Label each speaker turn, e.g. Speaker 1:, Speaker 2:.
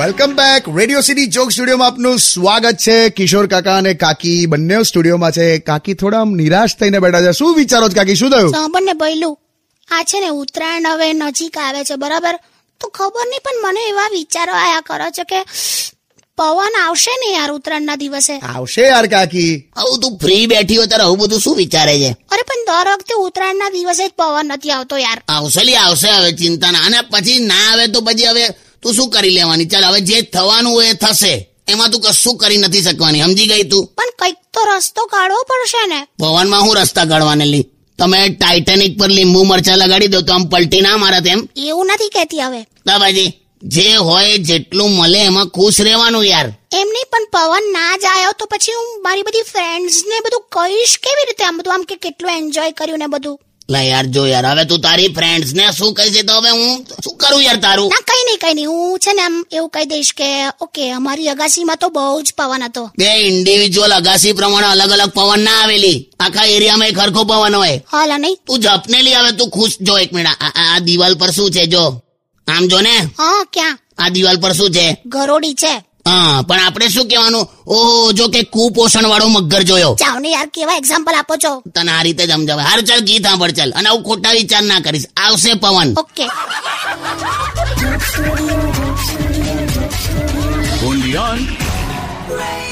Speaker 1: Welcome back radio city joke સ્ટુડિયોમાં આપનું સ્વાગત છે કિશોર કાકા અને કાકી બંને સ્ટુડિયોમાં છે કાકી થોડા આમ નિરાશ થઈને બેઠા છે શું વિચારો છો કાકી શું થયું
Speaker 2: સાંભળ ને પહેલું આ છે ને ઉત્તરાયણ હવે નજીક આવે છે બરાબર તો ખબર નહીં પણ મને એવા વિચારો આયા કરો છે કે પવન આવશે ને યાર ઉત્તરાયણના દિવસે
Speaker 1: આવશે યાર કાકી
Speaker 3: આવું તું ફ્રી બેઠી હોય તારે આવું બધું શું વિચારે છે
Speaker 2: અરે પણ દર વખતે ઉત્તરાયણના દિવસે જ પવન નથી આવતો યાર
Speaker 3: આવશે લી આવશે હવે ચિંતા ના અને પછી ના આવે તો પછી હવે તું શું કરી લેવાની ચાલ હવે જે થવાનું હોય એ થશે એમાં તું કશું કરી નથી શકવાની સમજી ગઈ તું
Speaker 2: પણ કંઈક તો રસ્તો કાઢવો પડશે ને
Speaker 3: ભવનમાં હું રસ્તા કાઢવાને લી તમે ટાઇટેનિક પર લીંબુ મરચા લગાડી દો તો આમ પલટી ના મારે તેમ
Speaker 2: એવું નથી કહેતી હવે
Speaker 3: દાદાજી જે હોય જેટલું મળે એમાં ખુશ રહેવાનું યાર
Speaker 2: એમ નહીં પણ પવન ના જ આવ્યો તો પછી હું મારી બધી ફ્રેન્ડ્સ ને બધું કહીશ કેવી રીતે આમ બધું આમ કે કેટલું એન્જોય કર્યું ને બધું
Speaker 3: લા યાર જો યાર હવે તું તારી ફ્રેન્ડ્સ ને શું કહી છે તો હવે હું શું કરું યાર તારું
Speaker 2: ના કઈ નહીં કઈ નહીં હું છે ને આમ એવું કહી દઈશ કે ઓકે અમારી અગાસીમાં તો બહુ જ પવન હતો
Speaker 3: બે ઇન્ડિવિજ્યુઅલ અગાસી પ્રમાણે અલગ અલગ પવન ના આવેલી આખા એરિયામાં એક હરખો પવન હોય
Speaker 2: હાલ નહીં
Speaker 3: તું જપને લઈ આવે તું ખુશ જો એક મિનિટ આ- આ આ દિવાલ પર શું છે જો આમ જો ને
Speaker 2: હા ક્યાં
Speaker 3: આ દિવાલ પર શું છે
Speaker 2: ગરોડી છે
Speaker 3: હા પણ આપણે શું કહેવાનું ઓહો જો કે કુપોષણ વાળો મગર જોયો
Speaker 2: જાઓ ને યાર કેવા એક્ઝામ્પલ આપો છો
Speaker 3: તને આ રીતે જ સમજાવે હાર ચાલ ગીત સાંભળ ચાલ અને આવું ખોટા વિચાર ના કરીશ આવશે પવન
Speaker 2: ઓકે
Speaker 4: Undian.
Speaker 5: Radio